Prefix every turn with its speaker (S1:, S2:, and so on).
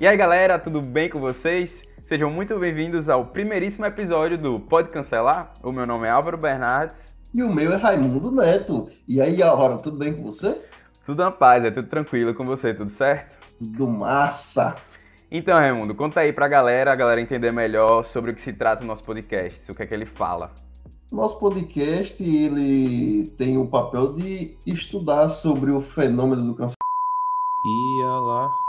S1: E aí galera, tudo bem com vocês? Sejam muito bem-vindos ao primeiríssimo episódio do Pode Cancelar. O meu nome é Álvaro Bernardes.
S2: E o meu é Raimundo Neto. E aí, Álvaro, tudo bem com você?
S1: Tudo na paz, é tudo tranquilo com você, tudo certo?
S2: Tudo massa!
S1: Então, Raimundo, conta aí pra galera, a galera entender melhor sobre o que se trata o nosso podcast, o que é que ele fala.
S2: Nosso podcast ele tem o papel de estudar sobre o fenômeno do câncer.
S3: Ia lá.